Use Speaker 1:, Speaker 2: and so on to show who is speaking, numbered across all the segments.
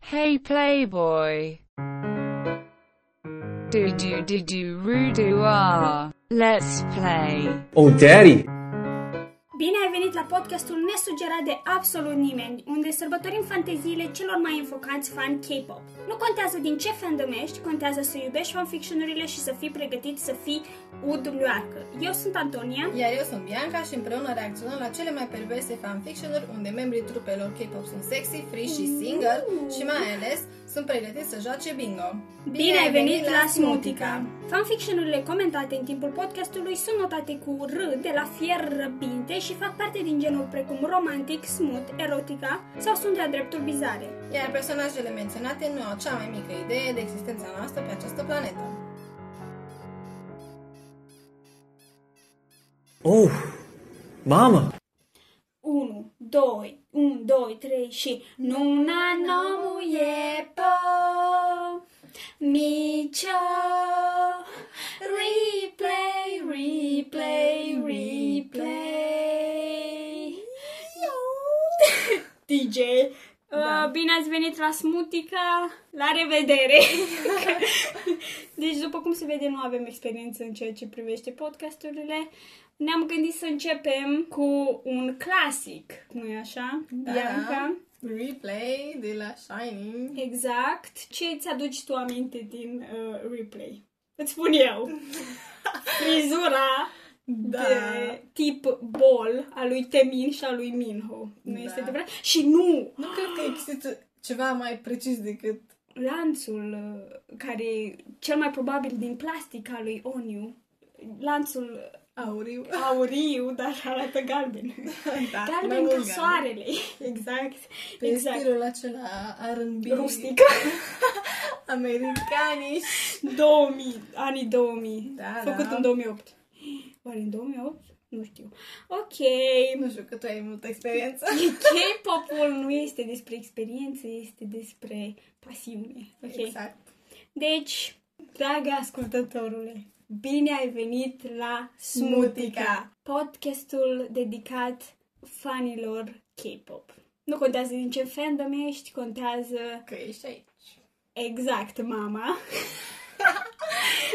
Speaker 1: Hey Playboy. Do do do do roo do ah. Let's play.
Speaker 2: Oh, Daddy!
Speaker 3: Bine ai venit la podcastul nesugerat de absolut nimeni, unde sărbătorim fanteziile celor mai înfocați fan K-pop. Nu contează din ce fandom ești, contează să iubești fanfictionurile și să fii pregătit să fii udulioarcă. Eu sunt Antonia
Speaker 4: Iar eu sunt Bianca și împreună reacționăm la cele mai perverse fanfiction-uri unde membrii trupelor K-pop sunt sexy, free și single și mai ales sunt pregătiți să joace bingo.
Speaker 3: Bine ai venit la Smutica! Fanfictionurile comentate în timpul podcastului sunt notate cu R de la fier răpinte și fac parte din genuri precum romantic, smut, erotica sau sunt de-a dreptul bizare.
Speaker 4: Iar personajele menționate nu au cea mai mică idee de existența noastră pe această planetă.
Speaker 2: Oh, Mama!
Speaker 3: 1, 2, 1, 2, 3 și Nuna no muiepo Micio Replay, replay, replay DJ da. Bine ați venit la Smutica, la revedere! deci, după cum se vede, nu avem experiență în ceea ce privește podcasturile. Ne-am gândit să începem cu un clasic, nu-i așa, Bianca?
Speaker 4: Replay de la Shining.
Speaker 3: Exact. Ce îți aduci tu aminte din uh, replay? Îți spun eu. Frizura
Speaker 4: Da.
Speaker 3: de tip bol a lui Temin și a lui Minho. Nu
Speaker 4: Da.
Speaker 3: este adevărat? Și nu!
Speaker 4: Nu cred că există ceva mai precis decât
Speaker 3: Lanțul uh, care e cel mai probabil din plastica lui Oniu. Lanțul
Speaker 4: auriu.
Speaker 3: auriu, dar arată galben.
Speaker 4: da, mai
Speaker 3: Galben
Speaker 4: mult
Speaker 3: ca soarele. Exact.
Speaker 4: Pe
Speaker 3: exact.
Speaker 4: stilul acela R&B.
Speaker 3: Rustic.
Speaker 4: Americanii.
Speaker 3: 2000, anii 2000.
Speaker 4: Da,
Speaker 3: Făcut
Speaker 4: da.
Speaker 3: în 2008. Oare în 2008? Nu știu. Ok.
Speaker 4: Nu știu că tu ai multă experiență.
Speaker 3: K-pop-ul nu este despre experiență, este despre pasiune. Ok.
Speaker 4: Exact.
Speaker 3: Deci, dragă ascultătorule, bine ai venit la Smutica,
Speaker 4: Smutica.
Speaker 3: podcastul dedicat fanilor K-pop. Nu contează din ce fandom ești, contează
Speaker 4: Că ești aici.
Speaker 3: Exact, mama.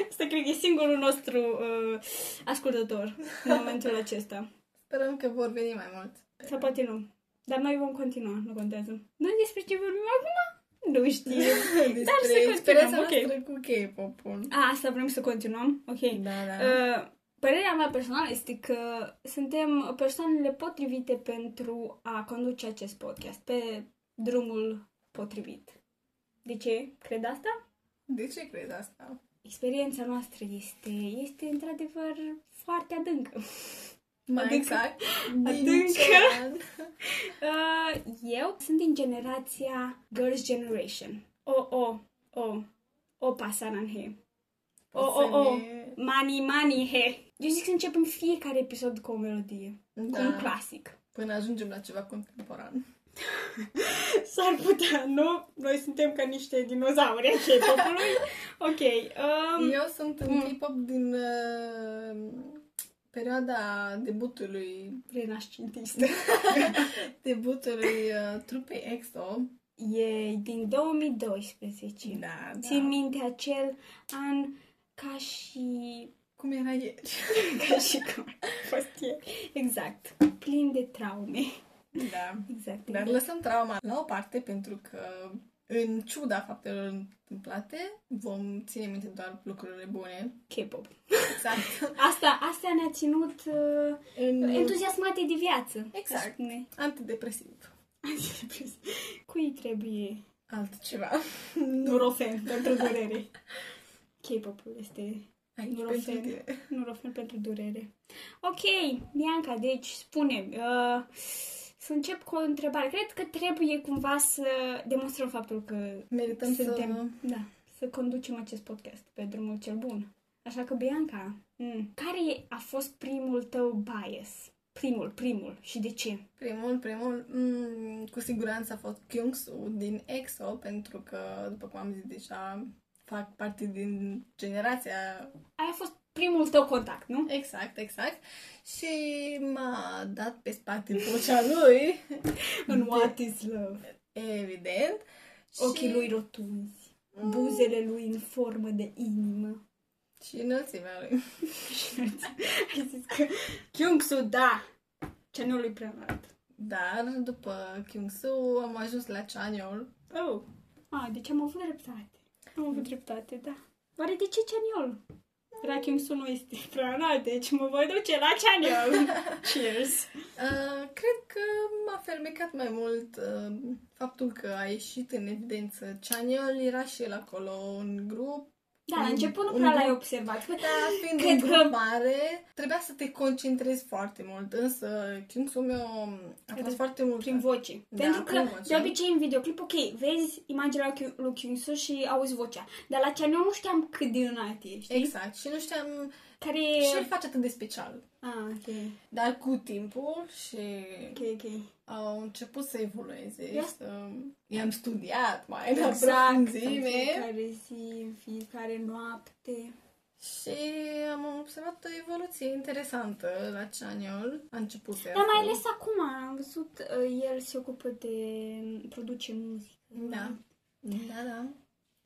Speaker 3: Asta cred că e singurul nostru uh, ascultător în momentul acesta.
Speaker 4: Sperăm că vor veni mai mult.
Speaker 3: Sau poate nu. Dar noi vom continua, nu contează. Noi despre ce vorbim acum? Nu știu.
Speaker 4: Despre
Speaker 3: să continuăm,
Speaker 4: experiența
Speaker 3: ok.
Speaker 4: noastră cu K-pop-ul.
Speaker 3: A, asta vrem să continuăm? Ok.
Speaker 4: Da, da.
Speaker 3: Uh, părerea mea personală este că suntem persoanele potrivite pentru a conduce acest podcast pe drumul potrivit. De ce cred asta?
Speaker 4: De ce crezi asta?
Speaker 3: experiența noastră este, este într-adevăr foarte adâncă.
Speaker 4: Mai
Speaker 3: Adică-
Speaker 4: exact. Din
Speaker 3: adică-
Speaker 4: ce an?
Speaker 3: Uh, eu sunt din generația Girls' Generation. O, o, o, o pasaran he. O,
Speaker 4: O să
Speaker 3: o, o,
Speaker 4: ne-
Speaker 3: mani, mani he. Eu zic să începem fiecare episod cu o melodie, cu un
Speaker 4: Da.
Speaker 3: clasic.
Speaker 4: Până ajungem la ceva contemporan.
Speaker 3: S-ar putea, nu? Noi suntem ca niște dinozauri ai K-pop-ului. Ok. Um,
Speaker 4: Eu sunt în K-pop din uh, perioada debutului
Speaker 3: Renascentistă.
Speaker 4: debutului uh, trupei EXO.
Speaker 3: E din 2012.
Speaker 4: Da, da.
Speaker 3: Țin minte acel an ca și...
Speaker 4: Cum era ieri.
Speaker 3: ca și cum a fost ieri. Exact. Plin de traume.
Speaker 4: Da.
Speaker 3: Exact.
Speaker 4: Dar lăsăm trauma la o parte pentru că în ciuda faptelor întâmplate, vom ține minte doar lucrurile bune.
Speaker 3: K-pop.
Speaker 4: Exact.
Speaker 3: Asta, asta ne-a ținut uh,
Speaker 4: În...
Speaker 3: entuziasmate de viață.
Speaker 4: Exact.
Speaker 3: aș spune.
Speaker 4: Antidepresiv.
Speaker 3: Cui trebuie
Speaker 4: Altceva.
Speaker 3: Nurofen pentru durere? K-pop-ul este
Speaker 4: Aici
Speaker 3: Nurofen.
Speaker 4: pentru tine.
Speaker 3: Nurofen pentru durere. Ok, Bianca, deci spune uh, să încep cu o întrebare. Cred că trebuie cumva să demonstrăm faptul că
Speaker 4: Merităm să...
Speaker 3: suntem, da, să conducem acest podcast pe drumul cel bun. Așa că, Bianca, mm, care a fost primul tău bias? Primul, primul. Și de ce?
Speaker 4: Primul, primul, mm, cu siguranță a fost Kyungsu din EXO, pentru că, după cum am zis deja, fac parte din generația
Speaker 3: Aia a fost primul tău contact, nu?
Speaker 4: exact, exact, și m-a dat pe spate vocea lui,
Speaker 3: În What is Love.
Speaker 4: evident,
Speaker 3: ochii lui rotunzi, buzele lui în formă de inimă.
Speaker 4: Și înălțimea lui.
Speaker 3: Ai zis că Kyung-su, da! Ce nu lui prea înalt.
Speaker 4: Dar după Kyung Soo am ajuns la Chanyeol.
Speaker 3: Oh! Ah, deci am avut dreptate. Am avut dreptate, da. Oare de ce Chaniol?
Speaker 4: Mm.
Speaker 3: Era Kyung-su nu este prea înalt, deci mă voi duce la Chaniol. Cheers!
Speaker 4: Uh, cred că m-a fermecat mai mult uh, faptul că a ieșit în evidență. Chanyeol era și el acolo în grup.
Speaker 3: Da, la
Speaker 4: Un-
Speaker 3: început nu
Speaker 4: un
Speaker 3: prea l-ai
Speaker 4: grup.
Speaker 3: observat.
Speaker 4: Da, fiind
Speaker 3: Cred
Speaker 4: Cred
Speaker 3: că-
Speaker 4: un grup mare, trebuia să te concentrezi foarte mult. Însă Kyung Soo meu a
Speaker 3: Cred-
Speaker 4: fost foarte mult
Speaker 3: Prin voce.
Speaker 4: Da,
Speaker 3: Pentru că,
Speaker 4: prin voce.
Speaker 3: de obicei, în videoclip, ok, vezi imaginea lui Kyu- lui Kyungsu și auzi vocea. Dar la Chanyeol nu știam cât de înalt e, știi?
Speaker 4: Exact. Și nu știam
Speaker 3: Care...
Speaker 4: ce îl face atât de special.
Speaker 3: Ah, ok.
Speaker 4: Dar cu timpul și
Speaker 3: Ok, ok.
Speaker 4: au început să evolueze.
Speaker 3: Ia-
Speaker 4: Să... I-am studiat mai în
Speaker 3: Exact,
Speaker 4: profunzime.
Speaker 3: Fiecare zi, fiecare noapte.
Speaker 4: Și am observat o evoluție interesantă la Chaniol. A început să
Speaker 3: Dar Da, mai ales acum, am văzut, uh, el se ocupă de... mm, produce muzică.
Speaker 4: Da. Da, da.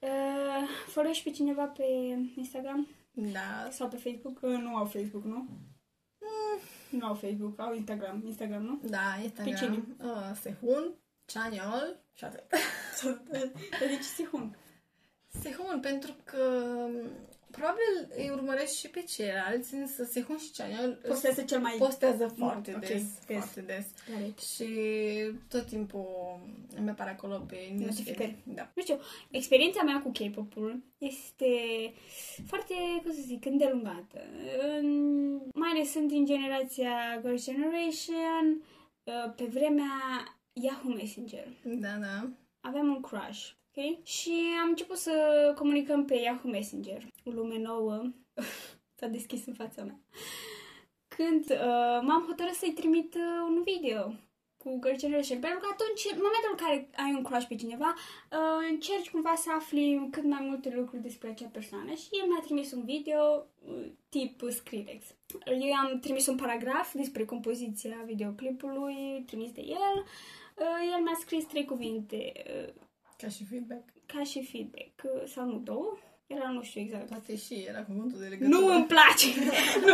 Speaker 3: Uh, Folosești pe cineva pe Instagram
Speaker 4: Da.
Speaker 3: sau pe Facebook? Uh, nu au Facebook, nu? Mm, Nu au Facebook, au Instagram. Instagram, nu?
Speaker 4: Da, este
Speaker 3: Pe cine?
Speaker 4: Uh, Sehun, Chaniol și atât.
Speaker 3: Dar de ce se hun?
Speaker 4: Sehun, pentru că um, probabil îi urmăresc și pe ceilalți, însă Sehun și Chaniol
Speaker 3: Postează cel mai...
Speaker 4: postează foarte
Speaker 3: ok,
Speaker 4: des,
Speaker 3: des.
Speaker 4: foarte des.
Speaker 3: Care?
Speaker 4: Și tot timpul îmi apare acolo pe
Speaker 3: Notificări.
Speaker 4: Da.
Speaker 3: Nu știu, experiența mea cu K-pop-ul este foarte, cum să zic, îndelungată. În- Mai ales sunt din generația Girls' Generation, uh, pe vremea Yahoo Messenger.
Speaker 4: Da, da.
Speaker 3: Aveam un crush, ok? Și am început să comunicăm pe Yahoo Messenger. O lume nouă s-a deschis în fața mea. Când uh, m-am hotărât să-i trimit uh, un video cu Girl Generation, pentru că atunci, în momentul în care ai un crush pe cineva, uh, încerci cumva să afli cât mai multe lucruri despre acea persoană și el mi-a trimis un video uh, tip Skrillex. Eu i-am trimis un paragraf despre compoziția videoclipului trimis de el. Uh, El mi-a scris trei cuvinte uh,
Speaker 4: Ca și feedback.
Speaker 3: ca și feedback, uh, sau nu două, era nu știu exact.
Speaker 4: Poate și era cuvântul de legătură.
Speaker 3: Nu îmi place! nu!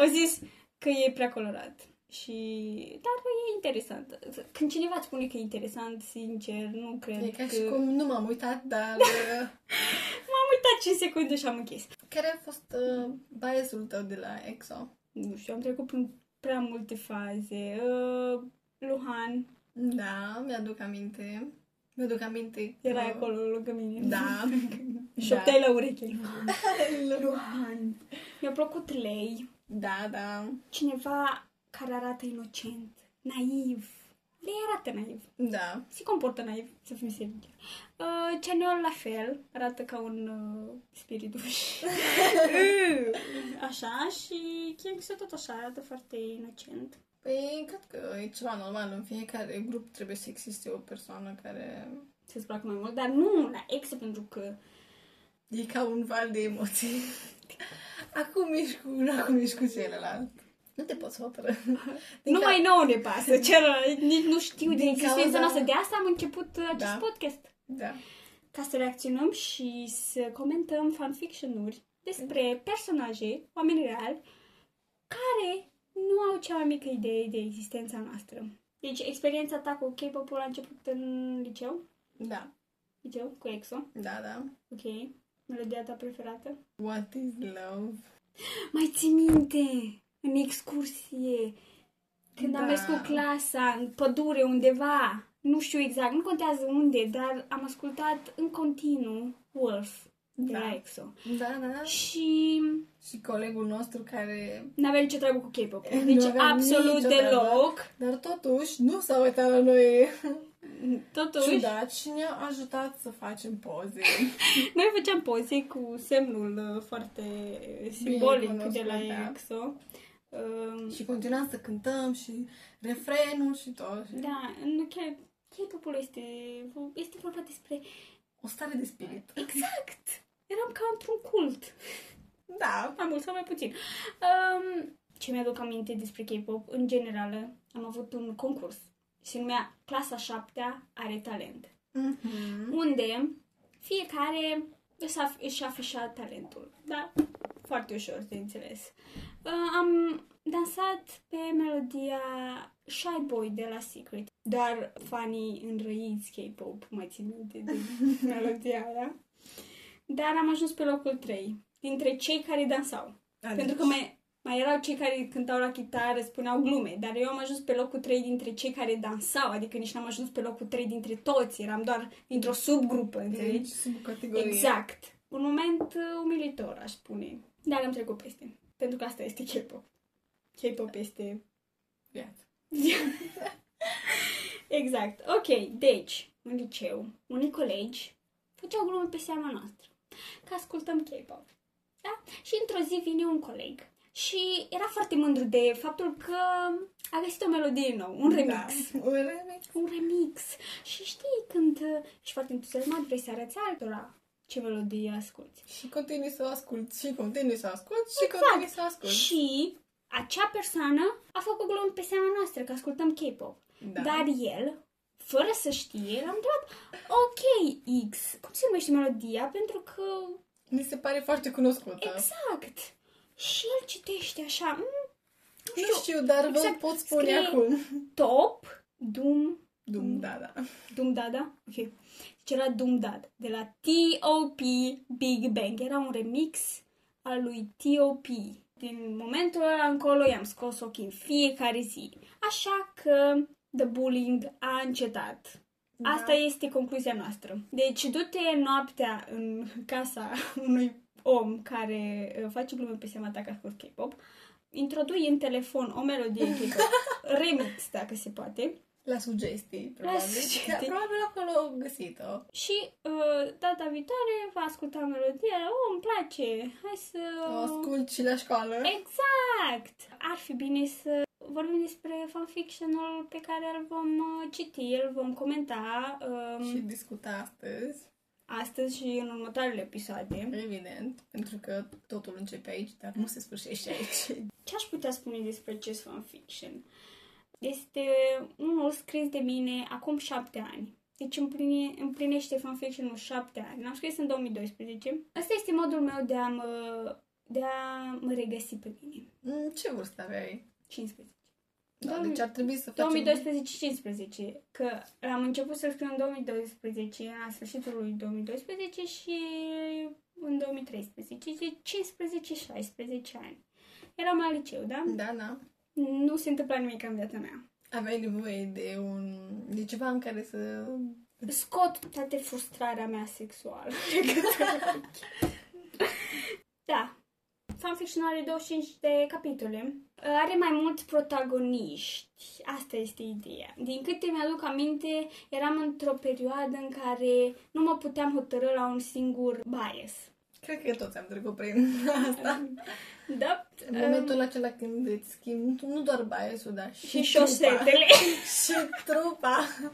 Speaker 3: Au zis că e prea colorat. Și... Dar e interesant. Când cineva îți spune că e interesant, sincer, nu cred
Speaker 4: E ca
Speaker 3: că...
Speaker 4: și cum nu m-am uitat, dar uh,
Speaker 3: M-am uitat 5 secunde și am închis.
Speaker 4: care a fost uh, biasul tău de la EXO?
Speaker 3: Nu știu, am trecut prin prea multe faze. Uh, Luhan
Speaker 4: Da, mi-aduc aminte. Mi-aduc aminte. că-
Speaker 3: era acolo lângă mine.
Speaker 4: Da.
Speaker 3: Șopteai la ureche. Luhan.
Speaker 4: da.
Speaker 3: Luhan. Mi-a plăcut lei.
Speaker 4: da, da.
Speaker 3: cineva care arată inocent, naiv. Le arată naiv.
Speaker 4: Da.
Speaker 3: Se comportă naiv, să fim sinceri. Uh, Chanel la fel, arată ca un uh, spiriduș. așa, și Kingsu tot așa, arată foarte inocent.
Speaker 4: Păi, cred că e ceva normal. În fiecare grup trebuie să existe o persoană care
Speaker 3: Să-ți placă mai mult, dar nu la ex pentru că...
Speaker 4: e ca un val de emoții. Acum ești cu una, acum ești cu celălalt. Nu te poți hotărâ. Din
Speaker 3: nu
Speaker 4: cau-
Speaker 3: mai nouă ne pasă, celălalt, nici nu știu de
Speaker 4: Din
Speaker 3: existența
Speaker 4: cauza-
Speaker 3: noastră. De asta am început uh, acest
Speaker 4: Da.
Speaker 3: podcast.
Speaker 4: Da.
Speaker 3: ca să reacționăm și să comentăm fanfiction-uri despre personaje, oameni reali, care nu au cea mai mică idee de existența noastră. Deci, experiența ta cu K-pop-ul a început în liceu,
Speaker 4: Da.
Speaker 3: liceu cu EXO,
Speaker 4: Da, da.
Speaker 3: ok, melodia ta preferată.
Speaker 4: What is love?
Speaker 3: Mai ții minte, în excursie, când am
Speaker 4: Da.
Speaker 3: mers cu clasa, în pădure, undeva, nu știu exact, nu contează unde, dar am ascultat în continuu Wolf de la
Speaker 4: Da.
Speaker 3: EXO.
Speaker 4: Da, da.
Speaker 3: Și
Speaker 4: Și colegul nostru care...
Speaker 3: n-avea nicio treabă cu K-pop.
Speaker 4: Nu
Speaker 3: Deci
Speaker 4: avea
Speaker 3: absolut
Speaker 4: nicio
Speaker 3: deloc.
Speaker 4: Dar totuși nu s-a uitat la noi
Speaker 3: Totuși,
Speaker 4: ciudat și ne-a ajutat să facem poze.
Speaker 3: noi făceam poze cu semnul uh, foarte simbolic
Speaker 4: cunoscut,
Speaker 3: de la
Speaker 4: da.
Speaker 3: EXO. Um,
Speaker 4: și continuam să cântăm și refrenul și tot.
Speaker 3: Da, nu chiar K-pop-ul este, este vorba despre...
Speaker 4: O stare de spirit.
Speaker 3: Exact! Eram ca într-un cult.
Speaker 4: Da.
Speaker 3: Mai mult sau mai puțin. Um, ce mi-aduc aminte despre K-pop, în general, am avut un concurs. Se numea Clasa 7 are talent. Mhm. unde fiecare își af- își afișa talentul, da? Foarte ușor de înțeles. Uh, am dansat pe melodia Shy Boy de la Secret, dar fanii înrăiți K-pop mai țin minte de melodia aia. Dar am ajuns pe locul 3, dintre cei care dansau.
Speaker 4: Adică-
Speaker 3: Pentru că mai, mai erau cei care cântau la chitară, spuneau glume, dar eu am ajuns pe locul 3 dintre cei care dansau, adică nici n-am ajuns pe locul 3 dintre toți, eram doar dintr-o subgrupă,
Speaker 4: deci,
Speaker 3: înțelegi?
Speaker 4: subcategorie.
Speaker 3: Exact. Un moment uh, umilitor, aș spune. Dar am trecut peste. Pentru că asta este K-pop. K-pop este...
Speaker 4: Iată.
Speaker 3: Exact. Ok, deci, în liceu, unii colegi făceau glume pe seama noastră. Că ascultăm K-pop. Da? Și într-o zi vine un coleg și era foarte mândru de faptul că a găsit o melodie nouă, un remix.
Speaker 4: Da. Un remix.
Speaker 3: un remix. Și știi când uh, ești foarte entuziasmat, vrei să arăți altora ce melodie asculti.
Speaker 4: Și continui să o ascult, și continui să o ascult, și
Speaker 3: Exact.
Speaker 4: continui să o ascult.
Speaker 3: Și acea persoană a făcut glumă pe seama noastră că ascultăm K-pop.
Speaker 4: Da.
Speaker 3: Dar el, fără să știe, l-a întrebat, ok, X, cum se numește melodia? Pentru că
Speaker 4: Mi se pare foarte cunoscută.
Speaker 3: Exact. Și el citește așa, mm,
Speaker 4: Nu știu, dar
Speaker 3: Exact.
Speaker 4: vă pot spune
Speaker 3: Scrie-
Speaker 4: acum.
Speaker 3: top, dum,
Speaker 4: Dum, da, da.
Speaker 3: dum dada, ok, deci era dum dada, de la T.O.P. Big Bang, era un remix al lui T.O.P. Din momentul ăla încolo i-am scos ochii în fiecare zi. Așa că the bullying a încetat. Asta este concluzia noastră. Deci du-te noaptea în casa unui om care uh, face glume pe seama ta că ascult K-pop, introdui în telefon o melodie K-pop, remix dacă se poate,
Speaker 4: La sugestii, probabil.
Speaker 3: sugestii.
Speaker 4: Da, probabil acolo au găsit-o.
Speaker 3: și uh, data viitoare va asculta melodia, oh, îmi place, hai să...
Speaker 4: O ascult și la școală.
Speaker 3: Exact! Ar fi bine să vorbim despre fanfictionul pe care îl vom uh, citi, îl vom comenta um,
Speaker 4: Și discuta astăzi,
Speaker 3: astăzi și în următoarele episoade.
Speaker 4: evident, pentru că totul începe aici, dar nu se sfârșește aici.
Speaker 3: Ce aș putea spune despre acest fanfiction? Este unul scris de mine acum șapte ani. Deci împline, împlinește fanfiction-ul șapte ani. L-am scris în 2012. Asta este modul meu de a mă, de a mă regăsi pe mine.
Speaker 4: Mm, Ce vârstă aveai?
Speaker 3: 15.
Speaker 4: Da,
Speaker 3: Doamne,
Speaker 4: deci ar trebui să facem...
Speaker 3: 2012-15. Că am început să scriu în 2012, la sfârșitul lui 2012 și în 2013. Deci 15-16 ani. Eram la liceu, da?
Speaker 4: Da, da.
Speaker 3: Nu se întâmpla nimic în viața mea.
Speaker 4: Aveai nevoie de un... de ceva în care să...
Speaker 3: scot toată frustrarea mea sexuală. de către- da. Fanfiction are 25 de capitole. Are mai mulți protagoniști. Asta este ideea. Din câte mi-aduc aminte, eram într-o perioadă în care nu mă puteam hotărâ la un singur bias.
Speaker 4: Cred că toți am trecut prin asta.
Speaker 3: Da?
Speaker 4: În momentul acela când îți schimbi nu doar biasul, dar și,
Speaker 3: Um, și
Speaker 4: trupa.
Speaker 3: șosetele.
Speaker 4: și trupa.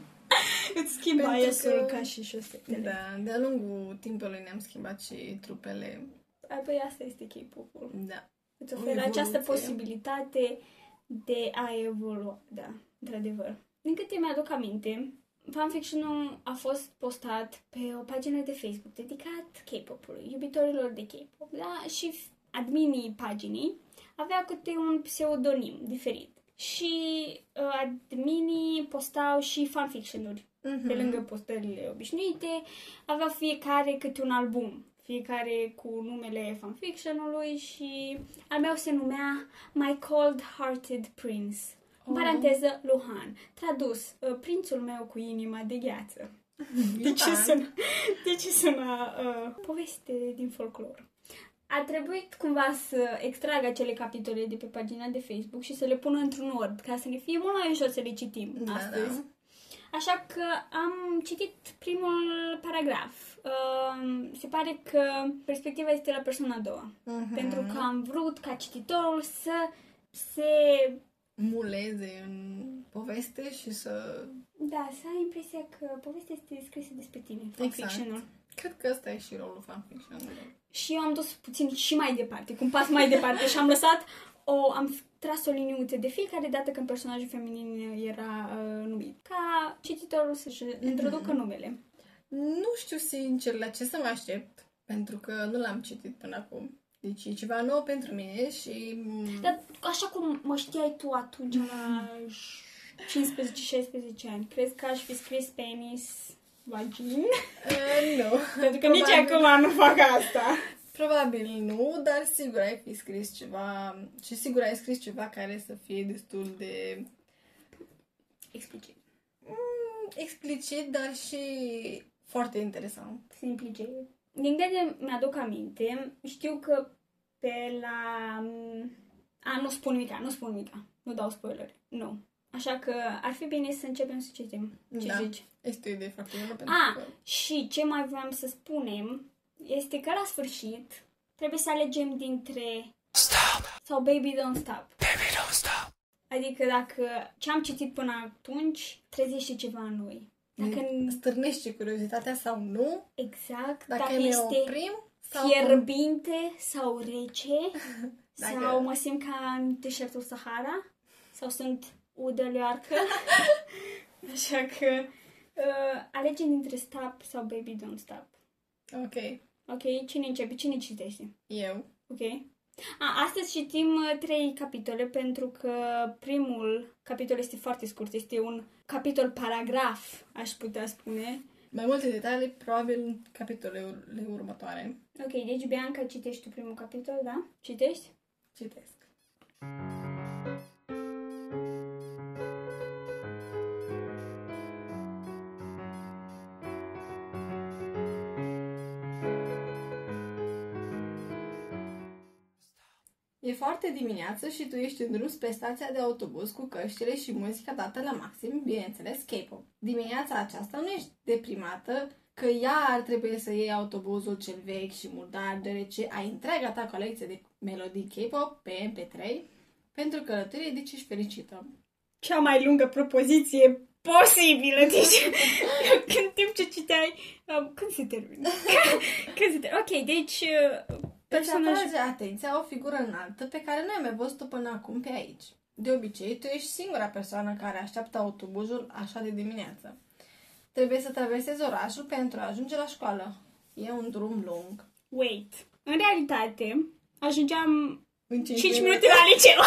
Speaker 3: Îți schimb
Speaker 4: Pentru
Speaker 3: biasul
Speaker 4: că-
Speaker 3: ca și șosetele.
Speaker 4: Da, de-a lungul timpului ne-am schimbat și trupele.
Speaker 3: Apoi asta este K-pop-ul.
Speaker 4: Da.
Speaker 3: Îți
Speaker 4: O
Speaker 3: oferă această
Speaker 4: evoluție.
Speaker 3: posibilitate de a evolua, da, într-adevăr. Din câte mi-aduc aminte, fanfiction-ul a fost postat pe o pagină de Facebook dedicat K-pop-ului, iubitorilor de K-pop, da? Și f- adminii paginii avea câte un pseudonim diferit. Și uh, adminii postau și fanfiction-uri
Speaker 4: Mhm.
Speaker 3: pe lângă postările obișnuite, avea fiecare câte un album, fiecare cu numele fanfiction-ului și al meu se numea My Cold Hearted Prince. În
Speaker 4: Oh.
Speaker 3: paranteză, Luhan. Tradus, uh, prințul meu cu inima de gheață. De ce
Speaker 4: Luhan.
Speaker 3: sună, de ce sună uh, poveste din folclor? A trebuit cumva să extrag acele capitole de pe pagina de Facebook și să le pun într-un ord, ca să ne fie mult mai ușor să le citim
Speaker 4: Da,
Speaker 3: astăzi.
Speaker 4: da.
Speaker 3: Așa că am citit primul paragraf. Um, se pare că perspectiva este la persoana a doua.
Speaker 4: Mhm.
Speaker 3: Pentru că am vrut ca cititorul să se...
Speaker 4: muleze în poveste și să...
Speaker 3: Da, să ai impresia că povestea este scrisă despre tine, fanfiction-ul.
Speaker 4: Cred că ăsta e și rolul fanfiction
Speaker 3: Și eu am dus puțin și mai departe, cu un pas mai departe și am lăsat o, am tras o liniuță de fiecare dată când personajul feminin era uh, numit. Ca cititorul să-și introducă numele.
Speaker 4: Nu știu sincer la ce să mă aștept, pentru că nu l-am citit până acum. Deci e ceva nou pentru mine și... mm,
Speaker 3: Dar așa cum mă știai tu atunci la 15-16 ani, crezi că aș fi scris penis, vagin?
Speaker 4: Uh, nu.
Speaker 3: Pentru că nici
Speaker 4: Probabil-
Speaker 3: acum nu fac asta.
Speaker 4: Probabil nu, dar sigur ai fi scris ceva... Și sigur ai scris ceva care să fie destul de
Speaker 3: Explicit.
Speaker 4: mm, explicit, dar și foarte interesant.
Speaker 3: Simplice. Din câte mi-aduc aminte, știu că pe la... mm, A, nu spun nimica, nu spun nimica. Nu dau spoiler. Nu. Așa că ar fi bine să începem să citim. Ce
Speaker 4: Da.
Speaker 3: zici?
Speaker 4: Este o idee foarte bună pentru
Speaker 3: A,
Speaker 4: că...
Speaker 3: și ce mai voiam să spunem este că la sfârșit trebuie să alegem dintre Stop sau Baby Don't Stop. Baby Don't Stop. Adică dacă ce am citit până atunci trezește ceva în noi. Dacă
Speaker 4: Dacă stârnește curiozitatea sau nu,
Speaker 3: exact,
Speaker 4: dacă,
Speaker 3: dacă,
Speaker 4: ne
Speaker 3: este
Speaker 4: oprim sau
Speaker 3: fierbinte sau rece
Speaker 4: Dacă-
Speaker 3: sau mă simt ca în deșertul Sahara sau sunt udă leoarcă. Așa că uh, alegem dintre Stop sau Baby Don't Stop.
Speaker 4: Ok,
Speaker 3: Ok, cine începe? Cine citește?
Speaker 4: eu.
Speaker 3: Ok. A, astăzi citim uh, trei capitole pentru că primul capitol este foarte scurt, este un capitol paragraf, aș putea spune.
Speaker 4: Mai multe detalii, probabil în capitolele următoare.
Speaker 3: Ok, deci Bianca citești tu primul capitol, da? Citești?
Speaker 4: Citesc. E foarte dimineață și tu ești în drum spre stația de autobuz cu căștile și muzica dată la maxim, bineînțeles, K-pop. Dimineața aceasta nu ești deprimată că iar trebuie să iei autobuzul cel vechi și murdar, deoarece ai întreaga ta colecție de melodii K-pop pe MP3 pentru călătorie, deci ești fericită.
Speaker 3: Cea mai lungă propoziție posibilă, deci în timp ce citeai, um, când se termină? când se termină? Ok, deci uh,
Speaker 4: Îți
Speaker 3: personajul...
Speaker 4: atrage atenția o figură înaltă pe care nu ai mai văzut-o până acum pe aici. De obicei, tu ești singura persoană care așteaptă autobuzul așa de dimineață. Trebuie să traversezi orașul pentru a ajunge la școală. E un drum lung.
Speaker 3: Wait. În realitate, ajungeam
Speaker 4: În
Speaker 3: 5 minute la liceu.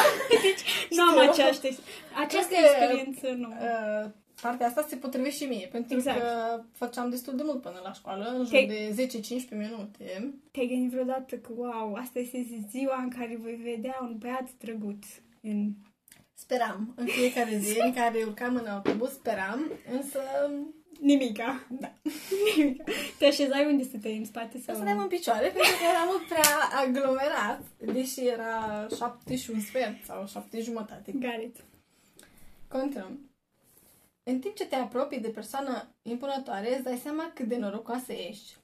Speaker 3: Deci nu am
Speaker 4: Știu.
Speaker 3: această, această
Speaker 4: Cred că-
Speaker 3: experiență, nu.
Speaker 4: Uh, partea asta se potrivește și mie, pentru
Speaker 3: Exact.
Speaker 4: că făceam destul de mult până la școală, în jur
Speaker 3: Te-
Speaker 4: de 10-15 minute.
Speaker 3: Te-ai gândit vreodată că, wow, asta este ziua în care voi vedea un băiat drăguț în...
Speaker 4: Speram, în fiecare zi în care urcam în autobuz, speram, însă
Speaker 3: Nimica. Da. Nimica. Te așezai unde stăteai, în spate sau...
Speaker 4: Să stăteam în picioare pentru că era mult prea aglomerat, deși era șapte și un sfert sau șapte jumătate.
Speaker 3: Gareth.
Speaker 4: Continuăm. În timp ce te apropii de persoană impunătoare, îți dai seama cât de norocoasă ești.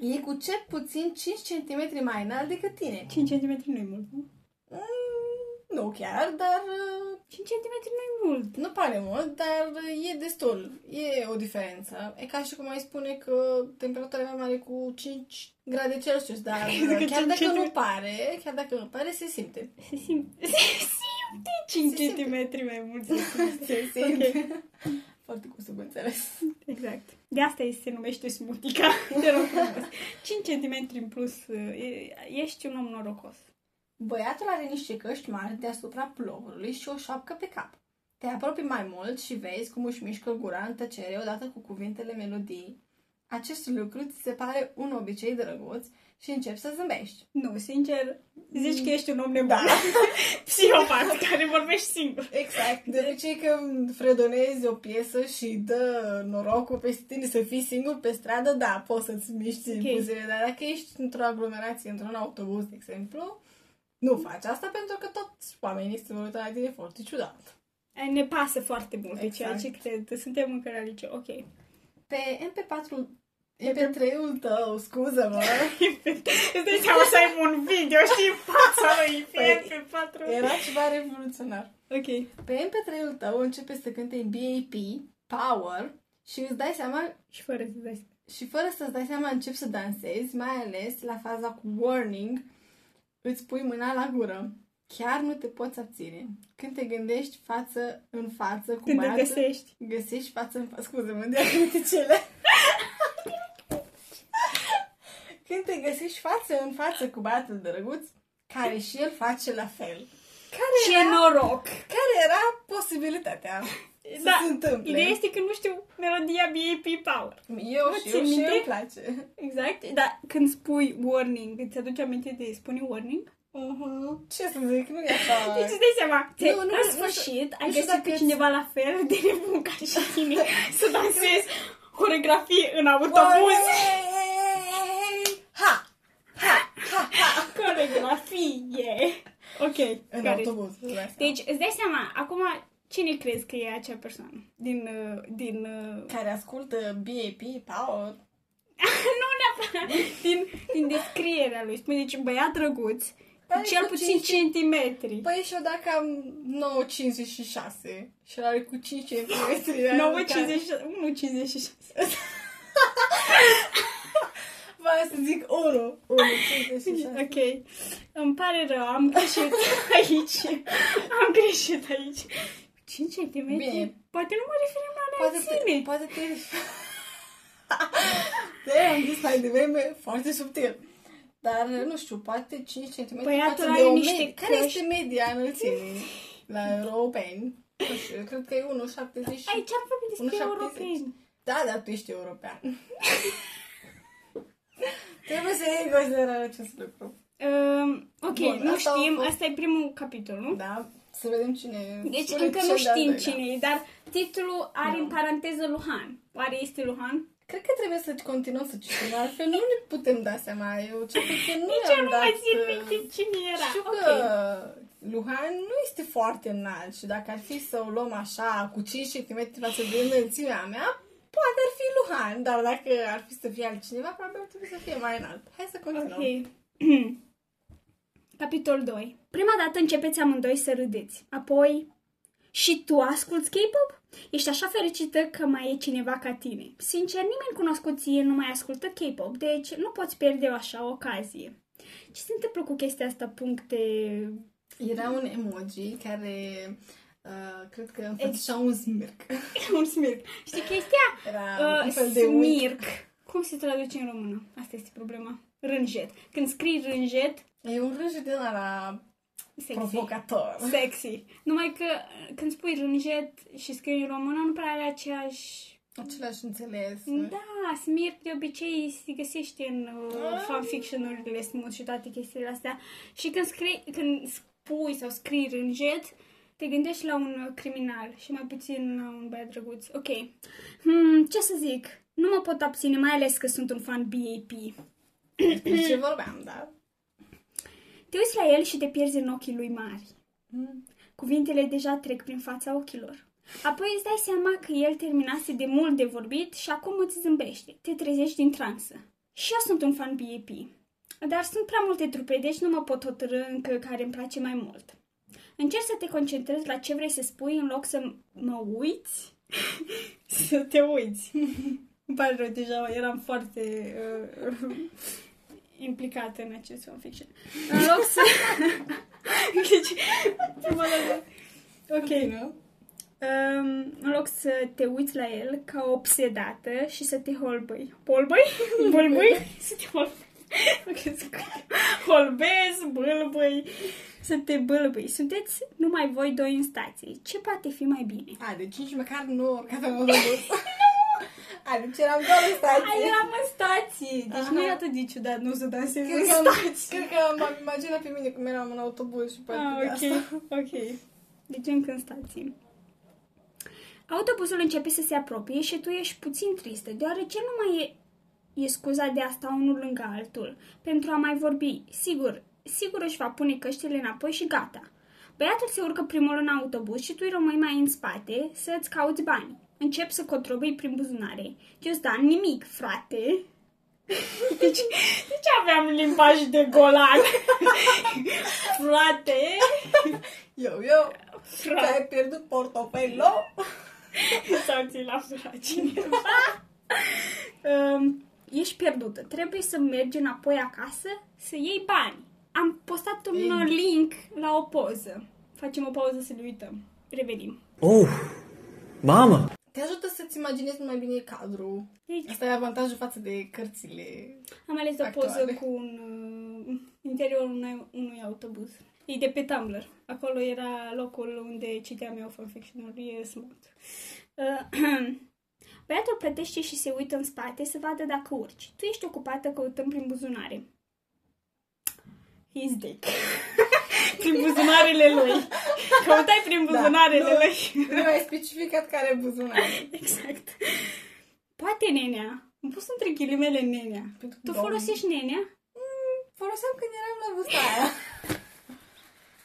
Speaker 4: E cu cel puțin 5 cm mai înalt decât tine.
Speaker 3: 5 cm nu e mult, nu?
Speaker 4: Mm, nu chiar, dar uh,
Speaker 3: 5 cm nu e mult.
Speaker 4: nu pare mult, dar uh, e destul. E o diferență. E ca și cum ai spune că temperatura e mai mare cu 5 grade Celsius, dar
Speaker 3: Crezi că
Speaker 4: uh, chiar
Speaker 3: 5
Speaker 4: dacă nu
Speaker 3: centimetri.
Speaker 4: pare, chiar dacă nu pare, se simte.
Speaker 3: Se simte... Se simte 5
Speaker 4: Se simte.
Speaker 3: cm mai mult. Se simte.
Speaker 4: Se simte. Foarte cu subînțeles.
Speaker 3: Exact. De asta este, se numește smutica. Te rog frumos. 5 cm în plus, e- ești un om norocos.
Speaker 4: Băiatul are niște căști mari deasupra plovorului și o șapcă pe cap. Te apropii mai mult și vezi cum își mișcă gura în tăcere odată cu cuvintele melodiei. Acest lucru ți se pare un obicei drăguț și începi să zâmbești.
Speaker 3: Nu, sincer, zici că ești un om nebun. Psihopat care vorbești singur.
Speaker 4: Exact. De obicei când fredonezi o piesă și dă norocul peste tine să fii singur pe stradă, da, poți să-ți miști
Speaker 3: Ok.
Speaker 4: okay. buzele, dar dacă ești într-o aglomerație, într-un autobuz, de exemplu, nu faci asta pentru că toți oamenii se vor uita la tine foarte ciudat.
Speaker 3: Ne pasă foarte mult de ceea
Speaker 4: Exact.
Speaker 3: ce cred. Suntem încă la liceu. Ok.
Speaker 4: Pe MP4 MP3-ul tău, scuză-mă,
Speaker 3: Îți dai seama să ai un video, știi, fața lui
Speaker 4: Păi,
Speaker 3: fier pe patru.
Speaker 4: era ceva revoluționar.
Speaker 3: Ok.
Speaker 4: Pe MP3-ul tău începe să cânte BAP, Power, și îți dai seama
Speaker 3: Și fără să vezi.
Speaker 4: Și fără să-ți dai seama, începi să dansezi, mai ales la faza cu warning, îți pui mâna la gură. Chiar nu te poți abține. Când te gândești față în față cu
Speaker 3: Când te
Speaker 4: băiatul,
Speaker 3: găsești.
Speaker 4: găsești față în față, scuze mă, de acrediticele. când te găsești față în față cu băiatul drăguț, care și el face la fel. Care
Speaker 3: Ce
Speaker 4: era,
Speaker 3: noroc!
Speaker 4: care era posibilitatea să
Speaker 3: Da,
Speaker 4: se întâmple?
Speaker 3: Ideea este că nu știu melodia BAP Power.
Speaker 4: Eu
Speaker 3: Mă,
Speaker 4: și
Speaker 3: ții
Speaker 4: eu și
Speaker 3: minte?
Speaker 4: eu îmi place.
Speaker 3: Exact, dar când spui warning, îți aduce aminte de spune warning?
Speaker 4: Uh-huh. Ce să zic, nu e așa.
Speaker 3: Deci îți dai seama, ți-
Speaker 4: nu, nu,
Speaker 3: în
Speaker 4: nu știu-
Speaker 3: sfârșit ai
Speaker 4: nu știu
Speaker 3: găsit
Speaker 4: dacă
Speaker 3: pe
Speaker 4: îți-
Speaker 3: cineva la fel de nebun ca și tine să dansezi coregrafii în autobuz.
Speaker 4: Ha! Ha!
Speaker 3: Coregrafie! Ok,
Speaker 4: În
Speaker 3: care-
Speaker 4: autobuz. îți dai seama.
Speaker 3: Deci îți dai seama, acum cine crezi că e acea persoană din... uh, din uh,
Speaker 4: Care ascultă BAP Power.
Speaker 3: nu neapărat, din, din descrierea lui. Spune, deci băiat drăguț,
Speaker 4: Pare
Speaker 3: cu cel
Speaker 4: Da, cu
Speaker 3: puțin
Speaker 4: cinci-
Speaker 3: centimetri.
Speaker 4: Păi și eu dacă am 9,56 și el are cu 5
Speaker 3: Păi,
Speaker 4: centimetri.
Speaker 3: 9,56, 1,56.
Speaker 4: Vreau să zic 1. 1,56.
Speaker 3: Ok. Îmi pare rău, am greșit aici. Am greșit aici. 5 cm?
Speaker 4: Bine.
Speaker 3: Poate nu mă referim la
Speaker 4: Poate
Speaker 3: înălțime.
Speaker 4: te... Poate te... de am zis mai devreme foarte subtil. Dar, nu știu, poate 5 cm
Speaker 3: Băiatul
Speaker 4: față
Speaker 3: are
Speaker 4: de o
Speaker 3: Păi niște
Speaker 4: medie. Care
Speaker 3: căști.
Speaker 4: este media înălțimii la europeni? Nu știu, eu cred că e 1,70.
Speaker 3: Aici am vorbit despre
Speaker 4: 1,70.
Speaker 3: europeni.
Speaker 4: Da, dar tu ești european. Trebuie să iei în considerare acest lucru.
Speaker 3: Um, ok,
Speaker 4: Bun,
Speaker 3: nu
Speaker 4: asta a
Speaker 3: știm.
Speaker 4: fost-
Speaker 3: Asta e primul capitol, nu?
Speaker 4: Da, să vedem cine...
Speaker 3: Deci
Speaker 4: spune
Speaker 3: încă
Speaker 4: cel
Speaker 3: nu
Speaker 4: de-al
Speaker 3: știm
Speaker 4: doilea. Da.
Speaker 3: cine e, dar titlul are în paranteză Luhan. Oare este Luhan?
Speaker 4: Cred că trebuie să continuăm să citim, altfel nu ne putem da seama. Eu cel puțin nu
Speaker 3: Nici eu
Speaker 4: Păi am
Speaker 3: nu
Speaker 4: dat...
Speaker 3: mai țin
Speaker 4: uh,
Speaker 3: minte cine era.
Speaker 4: Știu
Speaker 3: Ok.
Speaker 4: că Luhan nu este foarte înalt și dacă ar fi să o luăm așa cu 5 cm față de înălțimea mea, poate ar fi Luhan, dar dacă ar fi să fie altcineva, probabil ar trebui să fie mai înalt. Hai să continuăm.
Speaker 3: Ok. Capitol 2. Prima dată începeți amândoi să râdeți. Apoi... Și tu asculți K-pop? Ești așa fericită că mai e cineva ca tine. Sincer, nimeni cunoscut ție nu mai ascultă K-pop, deci nu poți pierde așa o ocazie. Ce se întâmplă cu chestia asta? Puncte...
Speaker 4: Era un emoji care uh, cred că înfățișa un smirc.
Speaker 3: Un smirc. Știi chestia?
Speaker 4: Era
Speaker 3: Uh,
Speaker 4: un fel de un...
Speaker 3: smirc. Cum se traduce în română? Asta este problema. Rânjet. Când scrii rânjet,
Speaker 4: E un râj din la
Speaker 3: sexy.
Speaker 4: provocator.
Speaker 3: Sexy. Numai că uh, când spui rânjet și scrii în română, nu prea are aceeași...
Speaker 4: Același înțeles.
Speaker 3: Da, smirc de obicei se găsește în uh, fanfiction-urile smut și toate chestiile astea. Și când, scrii, când spui sau scrii rânjet, te gândești la un uh, criminal și mai puțin la un băiat drăguț. Ok. Hmm, ce să zic? Nu mă pot abține, mai ales că sunt un fan BAP.
Speaker 4: De Deci, ce vorbeam, da?
Speaker 3: Te uiți la el și te pierzi în ochii lui mari. Cuvintele deja trec prin fața ochilor. Apoi îți dai seama că el terminase de mult de vorbit și acum îți zâmbește. Te trezești din transă. Și eu sunt un fan BAP. Dar sunt prea multe trupe, deci nu mă pot hotărâ încă care îmi place mai mult. Încerc să te concentrezi la ce vrei să spui în loc să m- mă uiți. să te uiți. Îmi pare rău, deja eram foarte uh, implicată în acest fanfiction. În loc să... deci, mă lăsă. ok.
Speaker 4: nu?
Speaker 3: Um, în loc să te uiți la el ca obsedată și să te holbăi. Holbăi? Bâlbâi? Să te holbăi. Ok, scuze. Holbezi, bâlbâi. Să te bâlbâi. Sunteți numai voi doi în stație. Ce poate fi mai bine?
Speaker 4: A, deci nici măcar nu urcat am văzut. A, deci eram doar în
Speaker 3: Ai,
Speaker 4: stație.
Speaker 3: eram în stație. Deci
Speaker 4: Aha.
Speaker 3: nu e atât de ciudat, nu să dansezi în
Speaker 4: Cred că, am,
Speaker 3: stație.
Speaker 4: cred că m-am imaginat pe mine cum eram în autobuz și pe
Speaker 3: Ah, ok, ok. Deci încă în stație. Autobuzul începe să se apropie și tu ești puțin tristă, deoarece nu mai e, e scuza de a sta unul lângă altul, pentru a mai vorbi. Sigur, sigur își va pune căștile înapoi și gata. Băiatul se urcă primul în autobuz și tu îi rămâi mai în spate să îți cauți bani. Încep să cotrobăi prin buzunare. Giozdan, nimic, frate. Deci, deci aveam limbaj de golan. frate.
Speaker 4: Eu, eu,
Speaker 3: Frate.
Speaker 4: ai pierdut portofelul?
Speaker 3: Sau ți l-a furat cineva. um, ești pierdută. Trebuie să mergi înapoi acasă să iei bani. Am postat un link la o poză. Facem o pauză să ne uităm. Revenim.
Speaker 2: Oh, mama.
Speaker 4: Te ajută să-ți imaginezi mai bine cadrul.
Speaker 3: Deci,
Speaker 4: Asta e avantajul față de cărțile.
Speaker 3: am ales o
Speaker 4: Actuale.
Speaker 3: poză cu un uh, interiorul unui, unui autobuz. E de pe Tumblr. Acolo era locul unde citeam eu fanfiction-uri e smut. Uh, Băiatul plătește și se uită în spate să vadă dacă urci. Tu ești ocupată căutând prin buzunare. His dick. prin buzunarele lui. Căutai prin
Speaker 4: Da,
Speaker 3: buzunarele
Speaker 4: nu.
Speaker 3: lui.
Speaker 4: Nu ai specificat care buzunar.
Speaker 3: Exact. Poate nenea. Am pus între ghilimele nenea.
Speaker 4: Pentru că
Speaker 3: Tu
Speaker 4: doamne.
Speaker 3: folosești nenea?
Speaker 4: Foloseam când eram la vârsta aia.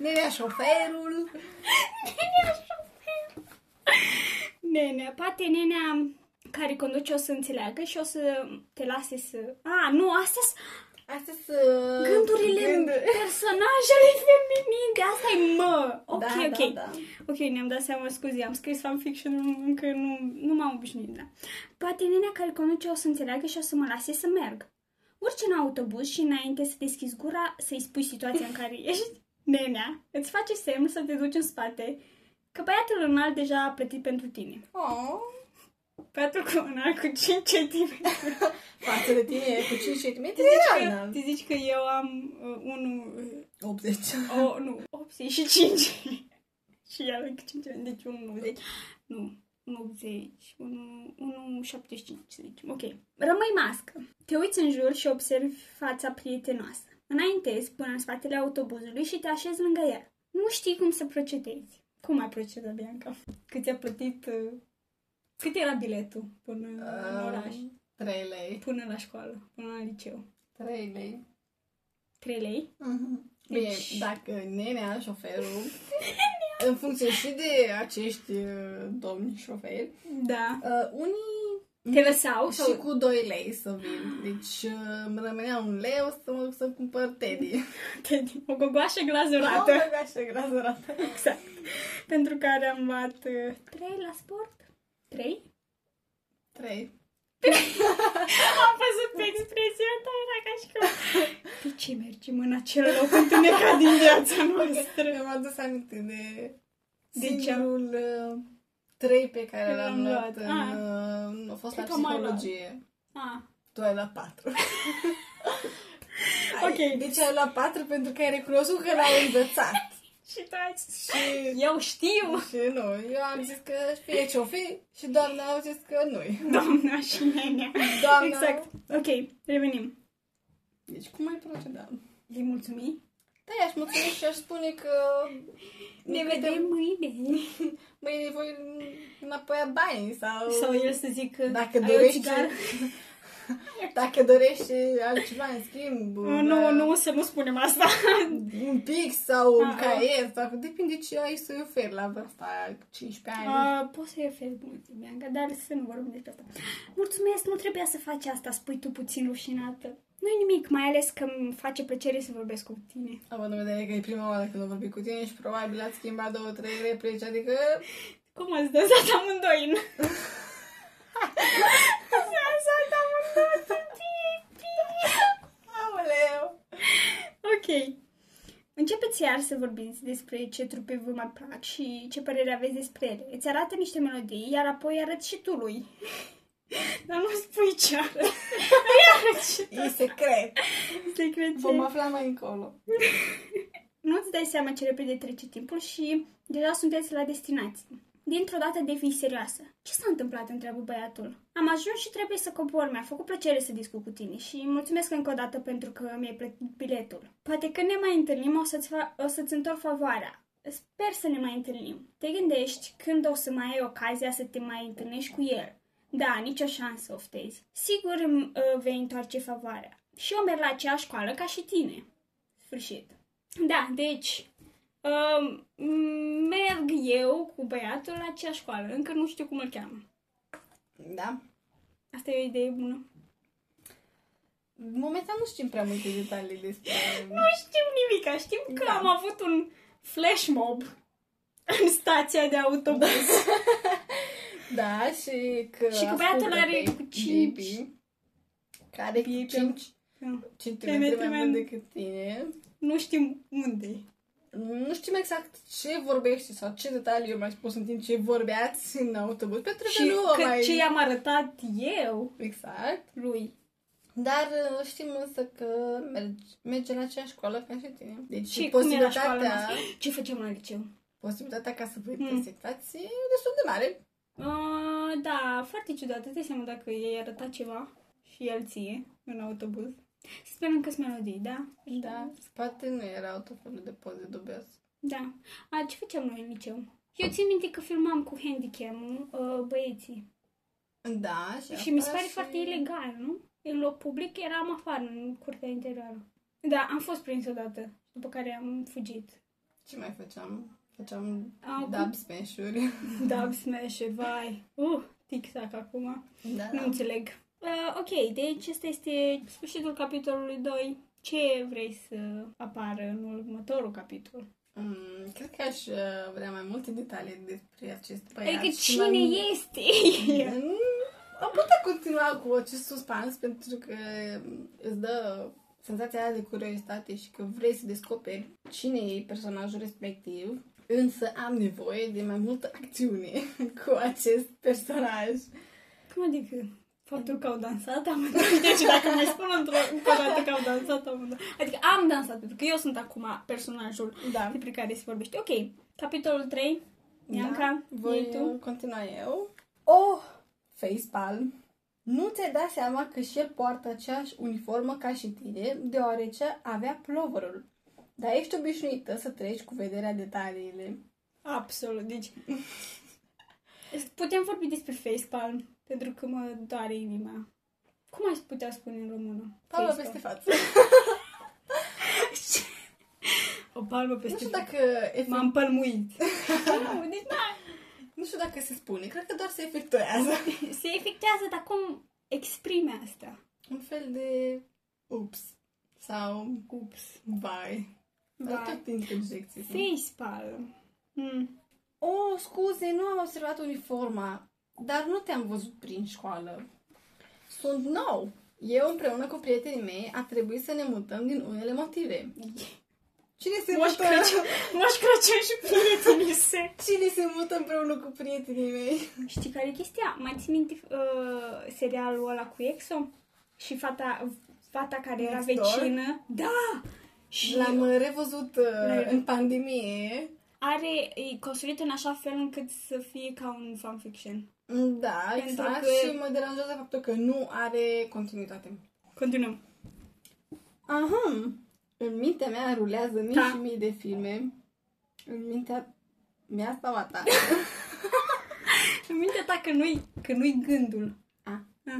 Speaker 4: Nenea șoferul.
Speaker 3: Nenea. Poate nenea care conduce o să înțeleagă și o să te lase să... A, nu, astea sunt
Speaker 4: Astea sunt
Speaker 3: gândurile
Speaker 4: gânduri.
Speaker 3: personajele feminine. Asta e mă. Ok,
Speaker 4: da,
Speaker 3: ok.
Speaker 4: Da, da.
Speaker 3: Ok, ne-am dat seama, scuze, am scris fanfiction, încă nu, nu m-am obișnuit, da. Poate nenea care conduce o să înțeleagă și o să mă lase să merg. Urci în autobuz și înainte să deschizi gura, să-i spui situația în care ești, nenea, îți face semn să te duci în spate, că băiatul înalt deja a plătit pentru tine.
Speaker 4: Oh.
Speaker 3: Băiatul cu înalt cu 5 centimetri.
Speaker 4: Față de tine cu 5 cm
Speaker 3: Că-
Speaker 4: era înalt.
Speaker 3: Te zici că eu am uh, unul
Speaker 4: 80.
Speaker 3: O, nu, 85. și el încă 5 deci 1,90. Nu, 1,80, 1,75, să zicem. Ok. Rămâi mască. Te uiți în jur și observi fața prietenoasă. Înaintezi până în spatele autobuzului și te așezi lângă el. Nu știi cum să procedezi. Cum ai procedat, Bianca? Cât ți-a plătit... uh, Cât era biletul până
Speaker 4: Uh,
Speaker 3: în oraș?
Speaker 4: 3 lei.
Speaker 3: Până la școală, până la liceu.
Speaker 4: 3 lei.
Speaker 3: 3 lei?
Speaker 4: Mhm. Bine,
Speaker 3: Deci-
Speaker 4: dacă nenea șoferul, în funcție și de acești uh, domni șoferi,
Speaker 3: Da.
Speaker 4: uh, unii
Speaker 3: Te lăsau? sau-
Speaker 4: și cu 2 lei să vin. Deci uh, îmi rămânea un leu să mă să cumpăr teddy.
Speaker 3: Teddy. O gogoașă glazurată.
Speaker 4: Rată. Așa, grazurată.
Speaker 3: Exact. Pentru care am luat 3 la sport. 3?
Speaker 4: 3.
Speaker 3: Am văzut pe expresia ta, era ca și cum... De ce mergem în acel loc întunecat din viața noastră?
Speaker 4: Mi-am adus aminte de
Speaker 3: De ce?
Speaker 4: singurul uh, trei pe care
Speaker 3: Care
Speaker 4: l-am
Speaker 3: l-am
Speaker 4: luat.
Speaker 3: luat. Ah.
Speaker 4: În, uh, a fost la
Speaker 3: Cred că m-ai luat.
Speaker 4: psihologie.
Speaker 3: Ah,
Speaker 4: Tu ai luat patru.
Speaker 3: Ok.
Speaker 4: Deci ai luat patru pentru că ai recunoscut că l-ai învățat.
Speaker 3: și tu ai zis,
Speaker 4: și,
Speaker 3: Eu știu!
Speaker 4: și nu, eu am zis că fie ce-o fi și doamna au zis că nu
Speaker 3: Doamna și nenea.
Speaker 4: Doamna...
Speaker 3: Exact. Ok, revenim.
Speaker 4: Deci cum ai proceda?
Speaker 3: Le mulțumim.
Speaker 4: Da, aș mulțumi și aș spune că...
Speaker 3: Ne
Speaker 4: că te-
Speaker 3: vedem mâine.
Speaker 4: Mâine voi înapoi banii sau...
Speaker 3: Sau el să zică,
Speaker 4: Dacă
Speaker 3: ai o
Speaker 4: dorești-
Speaker 3: țigară?
Speaker 4: Dacă dorești altceva în schimb...
Speaker 3: Nu, nu, să nu spunem asta.
Speaker 4: un pix sau un
Speaker 3: Ah,
Speaker 4: caiet, sau depinde ce ai să-i oferi la vârsta aia, 15 ani.
Speaker 3: Uh, poți să-i oferi multe, Bianca, dar să nu vorbim despre asta. Mulțumesc, nu trebuia să faci asta, spui tu puțin rușinată. Nu-i nimic, mai ales că îmi face plăcere să vorbesc cu tine.
Speaker 4: Având în vedere că e prima oară când am vorbit cu tine și probabil ați schimbat două, trei replici, adică
Speaker 3: Cum ați dansat amândoi? în- Ați dansat amândoi, pipi!
Speaker 4: aoleu!
Speaker 3: Ok. Începeți iar să vorbiți despre ce trupe vă mai plac și ce părere aveți despre ele. Îți arată niște melodii, iar apoi arăți și tu lui. Dar nu spui ce arăți. Îi arăți și tu.
Speaker 4: E secret!
Speaker 3: Se crede.
Speaker 4: Vom afla mai încolo.
Speaker 3: Nu-ți dai seama ce repede trece timpul și deja sunteți la destinație. Dintr-o dată devii serioasă. Ce s-a întâmplat, întreabă băiatul. Am ajuns și trebuie să cobor. Mi-a făcut plăcere să discut cu tine și mulțumesc încă o dată pentru că mi-ai plătit biletul. Poate când ne mai întâlnim o să-ți, fa- o să-ți întorc favoarea. Sper să ne mai întâlnim. Te gândești când o să mai ai ocazia să te mai întâlnești cu el. Da, nicio șansă, oftezi. Sigur îmi uh, vei întoarce favoarea. Și eu merg la aceeași școală ca și tine. Sfârșit. Da, deci um, merg eu cu băiatul la aceeași școală. Încă nu știu cum îl cheamă.
Speaker 4: Da?
Speaker 3: Asta e o idee bună.
Speaker 4: Momentan nu știm prea multe detalii despre...
Speaker 3: Nu știm nimic, știm că
Speaker 4: Da.
Speaker 3: am avut un flash mob în stația de autobuz.
Speaker 4: Da, și că...
Speaker 3: Și că băiatul
Speaker 4: ascultă
Speaker 3: are
Speaker 4: pe
Speaker 3: cu cinci-
Speaker 4: Bibi, Care cu
Speaker 3: Bibi.
Speaker 4: 5
Speaker 3: Da.
Speaker 4: centimetri mai
Speaker 3: Centimetri mai-
Speaker 4: mult decât tine.
Speaker 3: nu știm unde.
Speaker 4: nu știm exact ce vorbește sau ce detalii eu mai spus în timp ce vorbeați în autobuz, pentru
Speaker 3: Și
Speaker 4: că nu o
Speaker 3: că
Speaker 4: mai...
Speaker 3: ce i-am arătat eu
Speaker 4: Exact.
Speaker 3: lui.
Speaker 4: Dar uh, știm însă că merge, merge la aceeași școală ca și tine. Deci
Speaker 3: Și cum e la școală
Speaker 4: posibilitatea,
Speaker 3: noastră? Ce făceam la liceu?
Speaker 4: posibilitatea ca să vă
Speaker 3: Hmm.
Speaker 4: intersectați e destul de mare.
Speaker 3: Uh, da, foarte ciudat. Îți dai seama dacă i-ai arătat ceva și el ție în autobuz. Să sperăm că sunt melodii, da?
Speaker 4: Da. Poate nu erau tot felul de poze dubios.
Speaker 3: Da. A, ce făceam noi în liceu? Eu țin minte că filmam cu handicam uh, băieții.
Speaker 4: Da, și,
Speaker 3: și mi se
Speaker 4: asta
Speaker 3: pare foarte ilegal, nu? În loc public eram afară, în curtea interioară. Da, am fost prins odată, după care am fugit.
Speaker 4: Ce mai făceam? Făceam
Speaker 3: Acum-
Speaker 4: dub smash-uri.
Speaker 3: Da, smash vai. Uh, tic-tac acum.
Speaker 4: Da,
Speaker 3: Nu
Speaker 4: da.
Speaker 3: înțeleg. Uh, ok, deci asta este sfârșitul capitolului 2. Ce vrei să apară în următorul capitol?
Speaker 4: Mm, cred că aș uh, vrea mai multe detalii despre acest băiat.
Speaker 3: Adică
Speaker 4: și
Speaker 3: cine
Speaker 4: mai-
Speaker 3: este?
Speaker 4: Mm, Am putea continua cu acest suspans pentru că mm, îți dă senzația aia de curiozitate și că vrei să descoperi cine e personajul respectiv, însă am nevoie de mai multă acțiune cu acest personaj.
Speaker 3: Cum adică? Faptul că au dansat, am întâlnit. Deci dacă mai spun într-o încă o dată că au dansat, am întâlnit. Adică am dansat, pentru că eu sunt acum personajul
Speaker 4: Da.
Speaker 3: despre care se vorbește. Ok, capitolul 3. Bianca,
Speaker 4: da. voi
Speaker 3: e tu?
Speaker 4: continua eu. Oh, facepalm. Nu ți-ai dat seama că și el poartă aceeași uniformă ca și tine, deoarece avea ploverul. Dar ești obișnuită să treci cu vederea detaliile.
Speaker 3: Absolut, deci... Putem vorbi despre facepalm, pentru că mă doare inima. Cum aș putea spune în română?
Speaker 4: Palma
Speaker 3: Facepalm.
Speaker 4: peste față.
Speaker 3: O palmă
Speaker 4: Nu
Speaker 3: peste
Speaker 4: știu
Speaker 3: față.
Speaker 4: dacă
Speaker 3: M-am împălmuit. nu, deci na,
Speaker 4: nu știu dacă se spune, cred că doar se efectuează.
Speaker 3: se efectează, dar cum exprime asta?
Speaker 4: Un fel de ups sau
Speaker 3: Ups.
Speaker 4: vai. Dar
Speaker 3: Vai.
Speaker 4: tot interjecții.
Speaker 3: Facepalm. Mm.
Speaker 4: Oh, scuze, nu am observat uniforma, dar nu te-am văzut prin școală. Sunt nou. Eu împreună cu prietenii mei a trebuit să ne mutăm din unele motive. Cine se
Speaker 3: Moș
Speaker 4: mută?
Speaker 3: Crăciun, Moș Crăciun și prietenii se.
Speaker 4: Cine se mută împreună cu prietenii mei?
Speaker 3: Da, Știi care e chestia? Mai ții minte uh, serialul ăla cu Exo? Și fata, fata care era
Speaker 4: Next Door?
Speaker 3: vecină. Da! Și
Speaker 4: L-am revăzut uh,
Speaker 3: L-ai-
Speaker 4: în pandemie.
Speaker 3: are, e construit în așa fel încât să fie ca un fanfiction.
Speaker 4: Da,
Speaker 3: Pentru
Speaker 4: exact.
Speaker 3: că-
Speaker 4: Și mă deranjează faptul că nu are continuitate.
Speaker 3: Continuăm.
Speaker 4: Aha. În mintea mea rulează mii
Speaker 3: Da.
Speaker 4: și mii de filme. În mintea mea sau a ta?
Speaker 3: În mintea ta că nu-i, că nu-i gândul.
Speaker 4: A.
Speaker 3: Ah.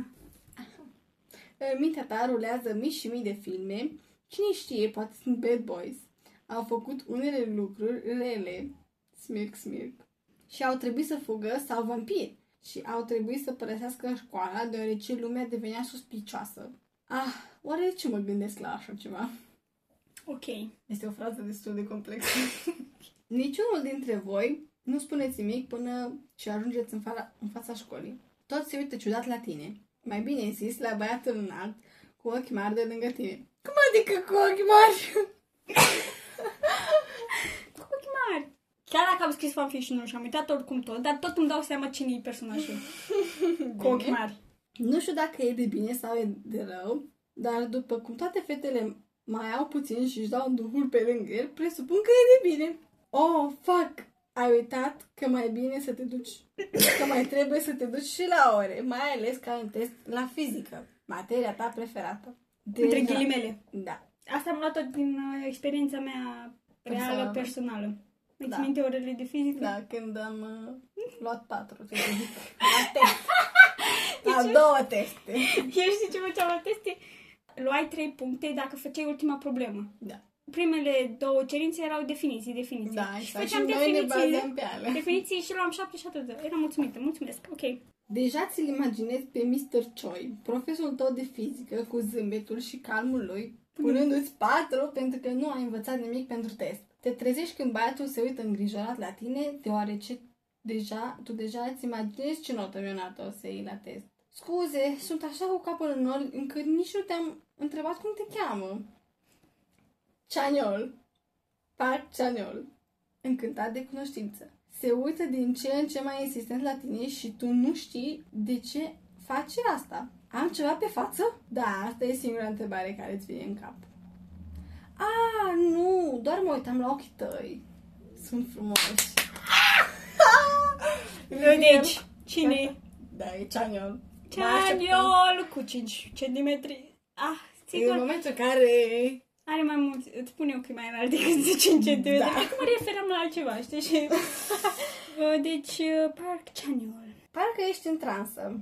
Speaker 4: În mintea ta rulează mii și mii de filme. Cine știe, poate sunt bad boys. Au făcut unele lucruri rele. Smirc, smirc. Și au trebuit să fugă sau vampiri. Și au trebuit să părăsească școala deoarece lumea devenea suspicioasă. Ah, oare de ce mă gândesc la așa ceva?
Speaker 3: Ok.
Speaker 4: Este o frază destul de complexă. Niciunul dintre voi nu spuneți nimic până ce ajungeți în, fa- în fața școlii. Toți se uită ciudat la tine. Mai bine insist la băiatul înalt cu ochi mari de lângă tine. Cum adică cu ochi mari?
Speaker 3: Cu ochii mari. Chiar dacă am scris fanfiction-ul și am uitat oricum tot, dar tot îmi dau seama cine e personajul. Cu ochii mari.
Speaker 4: Nu știu dacă e de bine sau e de rău, dar după cum toate fetele mai au puțin și își dau duhul pe lângă el, presupun că e de bine. Oh, fuck! Ai uitat că mai bine să te duci, că mai trebuie să te duci și la ore, mai ales că ai un test la fizică, materia ta preferată. De
Speaker 3: Între ghilimele.
Speaker 4: Da.
Speaker 3: Asta am luat-o din uh, experiența mea reală,
Speaker 4: Personală.
Speaker 3: personală. Îți
Speaker 4: Da.
Speaker 3: minte orele de fizică?
Speaker 4: Da, când am uh, luat patru teste. La test.
Speaker 3: Deci
Speaker 4: La două teste.
Speaker 3: Eu știi ce făceam la teste? Luai trei puncte dacă făceai ultima problemă.
Speaker 4: Da.
Speaker 3: Primele două cerințe erau definiții, definiții.
Speaker 4: Da,
Speaker 3: și
Speaker 4: exact. Și
Speaker 3: făceam
Speaker 4: noi ne
Speaker 3: definiții,
Speaker 4: bazăm pe alea.
Speaker 3: definiții și luam șapte și atât. Eram mulțumită, mulțumesc. Ok.
Speaker 4: Deja ți-l imaginezi pe Mr. Choi, profesorul tău de fizică, cu zâmbetul și calmul lui, punându-ți patru pentru că nu ai învățat nimic pentru test. Te trezești când băiatul se uită îngrijorat la tine, deoarece deja, tu deja îți imaginezi ce notă minunată o să iei la test. Scuze, sunt așa cu capul în nori încât nici nu te-am întrebat cum te cheamă. Chaniol. Park Chaneol, încântat de cunoștință. Se uită din ce în ce mai insistent la tine și tu nu știi de ce faci asta. Am ceva pe față? Da, asta e singura întrebare care îți vine în cap. A, nu, doar mă uitam la ochii tăi. Sunt frumoși.
Speaker 3: Vedeți cine
Speaker 4: Da, e Chaniol.
Speaker 3: ce aniol cu 5 cm. Ah,
Speaker 4: În
Speaker 3: sigur,
Speaker 4: momentul în care
Speaker 3: are mai mult, îți spun eu că e mai înalt decât 10 cm.
Speaker 4: Da.
Speaker 3: Acum referam la altceva, știi? Și... Uh, deci, uh, Park Chaniol.
Speaker 4: Parcă ești în transă.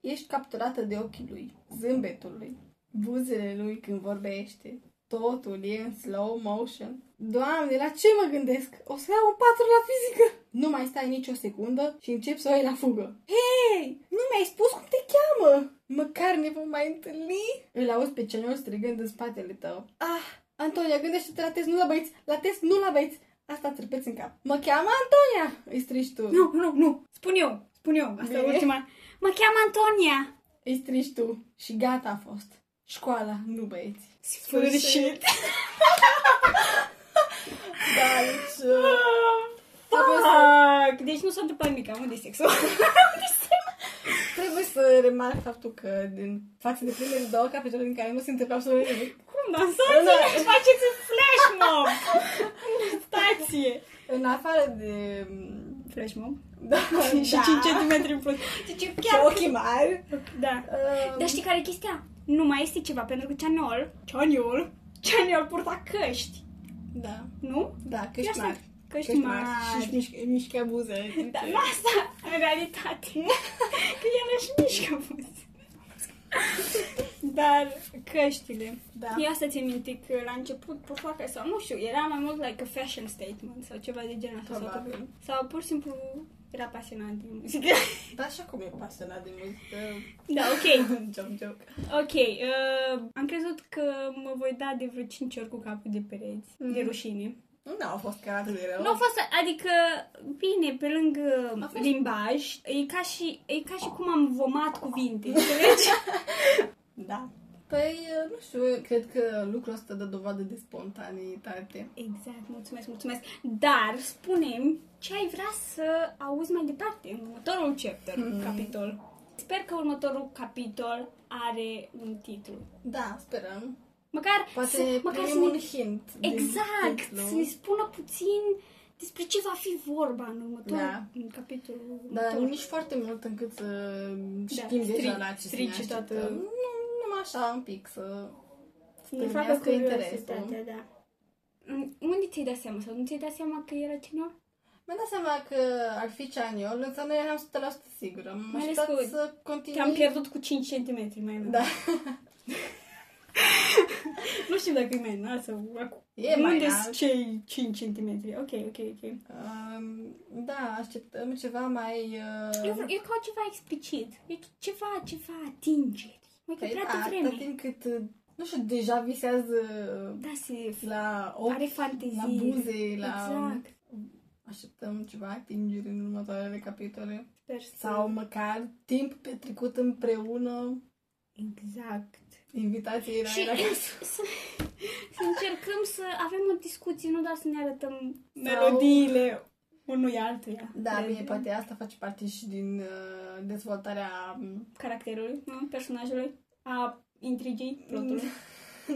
Speaker 4: Ești capturată de ochii lui, zâmbetul lui, buzele lui când vorbește. Totul e în slow motion. Doamne, la ce mă gândesc? O să iau un patru la fizică! Nu mai stai nicio secundă și încep să o iei la fugă. Hei, nu mi-ai spus cum te cheamă! Măcar ne vom mai întâlni? Îl auzi pe cenul strigând în spatele tău. Ah, Antonia, gândește-te la test, nu la băieți! La test, nu la băieți! Asta țârpeți în cap. Mă cheamă Antonia! Îi strigi tu.
Speaker 3: Nu, nu, nu, spun eu, spun eu, asta e
Speaker 4: Bine.
Speaker 3: ultima. Mă cheamă Antonia.
Speaker 4: Îi strici tu și gata a fost. Școala, nu băieți.
Speaker 3: Sfârșit.
Speaker 4: Da, deci...
Speaker 3: Fuck! Deci nu s-a întâmplat nimic, am unde e sexul.
Speaker 4: Trebuie să remarc faptul că din față de primele două capitole în care nu se întâmplă absolut nimic,
Speaker 3: Cum dansați?
Speaker 4: Da.
Speaker 3: Faceți un flash mob! În stație!
Speaker 4: în afară de... m,
Speaker 3: Flash mob?
Speaker 4: Da,
Speaker 3: Și 5 cm în plus. Deci eu
Speaker 4: și
Speaker 3: chiar...
Speaker 4: ochii mari.
Speaker 3: Da.
Speaker 4: Um,
Speaker 3: Dar știi care e chestia? Nu mai este ceva, pentru că Chanol, Chanol, Chanol purta căști,
Speaker 4: Da,
Speaker 3: nu?
Speaker 4: da,
Speaker 3: Eu
Speaker 4: căști
Speaker 3: asta-
Speaker 4: mari.
Speaker 3: Căști
Speaker 4: Căști mari. Și-și
Speaker 3: mari.
Speaker 4: mișcă, mișcă buze.
Speaker 3: Da, nu asta, în realitate. Că el își mișcă pus. Dar căștile.
Speaker 4: Da.
Speaker 3: Eu asta ți-am mintit că la început, pe foacă sau nu știu, era mai mult like a fashion statement sau ceva de genul ăsta. Sau,
Speaker 4: Probabil.
Speaker 3: că- sau pur și simplu era pasionat de muzică.
Speaker 4: Da, și acum e pasionat de muzică.
Speaker 3: da, ok.
Speaker 4: joc, joc.
Speaker 3: Ok. Uh, am crezut că mă voi da de vreo 5 ori cu capul de pereți, mm.
Speaker 4: Mhm.
Speaker 3: de rușine.
Speaker 4: Nu a fost chiar atât de rău.
Speaker 3: Nu a fost, adică, bine, pe lângă
Speaker 4: A fost-
Speaker 3: limbaj, e ca și, e ca și cum am vomat cuvinte, înțelegi?
Speaker 4: Da. Păi, nu știu, cred că lucrul ăsta dă dovadă de spontaneitate.
Speaker 3: Exact, mulțumesc, mulțumesc. Dar spunem ce ai vrea să auzi mai departe în următorul chapter, mm. capitol. Sper că următorul capitol are un titlu.
Speaker 4: Da, sperăm.
Speaker 3: Măcar
Speaker 4: Poate
Speaker 3: să, măcar să
Speaker 4: primim un
Speaker 3: ne,
Speaker 4: hint. din
Speaker 3: exact,
Speaker 4: titlu.
Speaker 3: să ne spună puțin despre ce va fi vorba în următorul
Speaker 4: Da.
Speaker 3: în capitolul
Speaker 4: Dar
Speaker 3: următor.
Speaker 4: nici foarte mult încât să știm
Speaker 3: strici-
Speaker 4: deja la ce să ne
Speaker 3: strici
Speaker 4: așteptăm.
Speaker 3: toată-
Speaker 4: Nu, numai așa un pic să...
Speaker 3: ne facă
Speaker 4: stârnească
Speaker 3: curiozitatea,
Speaker 4: interesul.
Speaker 3: da. Mm, Unde ți-ai dat seama? Sau nu ți-ai dat seama că era cineva?
Speaker 4: Mi-am dat seama că ar fi Ceaniol, însă nu eram 100% sigură. M-am
Speaker 3: Mai ales
Speaker 4: așteptat
Speaker 3: că
Speaker 4: să continui...
Speaker 3: Te-am pierdut cu 5 cm mai mult.
Speaker 4: Da.
Speaker 3: Nu știu dacă e mai înalt sau
Speaker 4: E mai
Speaker 3: Unde
Speaker 4: înalt.
Speaker 3: sunt cei 5 cm? Ok, ok, ok.
Speaker 4: Um, da, așteptăm ceva mai...
Speaker 3: Eu,
Speaker 4: Uh...
Speaker 3: vreau- eu caut ceva explicit. Eu ceva, ceva atingeri. Mai că
Speaker 4: Păi,
Speaker 3: prea
Speaker 4: da,
Speaker 3: devreme.
Speaker 4: atât timp cât, uh, nu știu, deja visează uh,
Speaker 3: Da, se
Speaker 4: la ochi,
Speaker 3: are fantezii.
Speaker 4: la buze, la...
Speaker 3: Exact.
Speaker 4: Așteptăm ceva atingeri în următoarele capitole.
Speaker 3: Sper să...
Speaker 4: Sau măcar timp petrecut împreună,
Speaker 3: Exact.
Speaker 4: invitații la
Speaker 3: Și
Speaker 4: era acasă.
Speaker 3: să, să încercăm să avem o discuție, nu doar să ne arătăm
Speaker 4: melodiile
Speaker 3: unui altuia.
Speaker 4: Da, bine, poate asta face parte și din uh, dezvoltarea... um,
Speaker 3: Caracterului, nu? Personajului, a intrigii, plotului.
Speaker 4: Mm,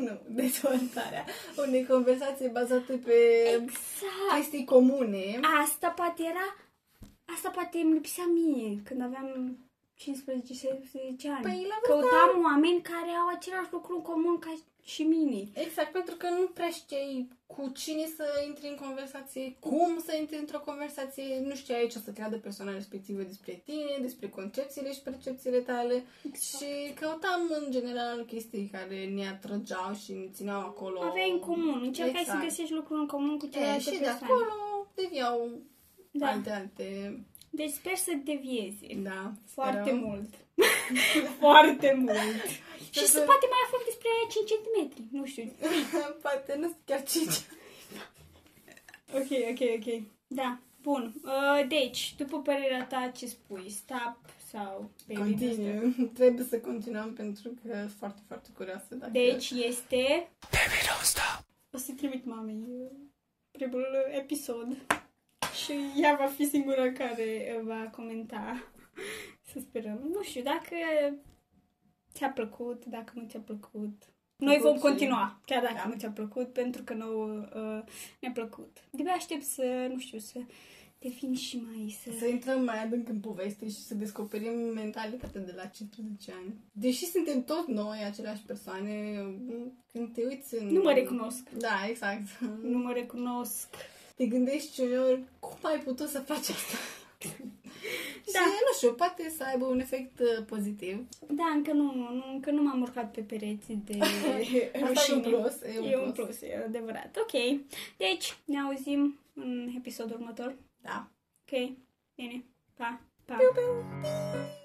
Speaker 4: Nu, dezvoltarea unei conversații bazate pe
Speaker 3: Exact!
Speaker 4: chestii comune.
Speaker 3: Asta poate era... Asta poate îmi lipsea mie când aveam 15-16 ani.
Speaker 4: Păi, la vârsta-
Speaker 3: Căutam oameni care au același lucru în comun ca și mine.
Speaker 4: Exact, pentru că nu prea știai cu cine să intri în conversație, cum să intri într-o conversație, nu știai ce o să creadă persoana respectivă despre tine, despre concepțiile și percepțiile tale
Speaker 3: Exact.
Speaker 4: și căutam în general chestii care ne atrăgeau și ne țineau acolo.
Speaker 3: Aveai în comun, încercai
Speaker 4: Exact.
Speaker 3: să găsești lucruri în comun cu
Speaker 4: E,
Speaker 3: celelalte
Speaker 4: și de
Speaker 3: persoane.
Speaker 4: acolo deviau da.
Speaker 3: Da.
Speaker 4: alte, alte,
Speaker 3: Deci sper să deviezi.
Speaker 4: da,
Speaker 3: Foarte
Speaker 4: sperăm.
Speaker 3: mult. Foarte mult. și să
Speaker 4: Să-
Speaker 3: poate mai aflăm despre aia 5 cm. Nu știu.
Speaker 4: Poate nu sunt chiar cinci.
Speaker 3: Ok, ok, ok. Da, bun. Uh, deci, după părerea ta, ce spui? Stop sau baby duster?
Speaker 4: Continuu. Trebuie să continuăm pentru că sunt foarte, foarte curioasă. Dacă...
Speaker 3: Deci este... Baby, don't stop! O să trimit mamei. primul episod și ea va fi singura care uh, va comenta. Să sperăm. Nu știu dacă ți-a plăcut, dacă nu ți-a plăcut. Noi vom
Speaker 4: Mulțumim.
Speaker 3: continua, chiar dacă
Speaker 4: Da.
Speaker 3: nu ți-a plăcut, pentru că nouă uh, ne-a plăcut. De aștept să, nu știu, să devin și mai... Să...
Speaker 4: Să intrăm mai adânc în poveste și să descoperim mentalitatea de la 15 ani. Deși suntem tot noi aceleași persoane, când te uiți în...
Speaker 3: Nu mă recunosc.
Speaker 4: Da, exact.
Speaker 3: Nu mă recunosc.
Speaker 4: Te gândești uneori, cum ai putut să faci asta? Da. Și, nu știu, poate să aibă un efect uh, pozitiv.
Speaker 3: Da, încă nu, nu, încă nu m-am urcat pe pereți de
Speaker 4: Asta e un
Speaker 3: rușine.
Speaker 4: plus. E un
Speaker 3: E um
Speaker 4: plus.
Speaker 3: un plus, e adevărat. Tá Ok. Deci, ne auzim în episodul următor.
Speaker 4: Da.
Speaker 3: Ok. Bine. Pa. Pa. Piu, piu.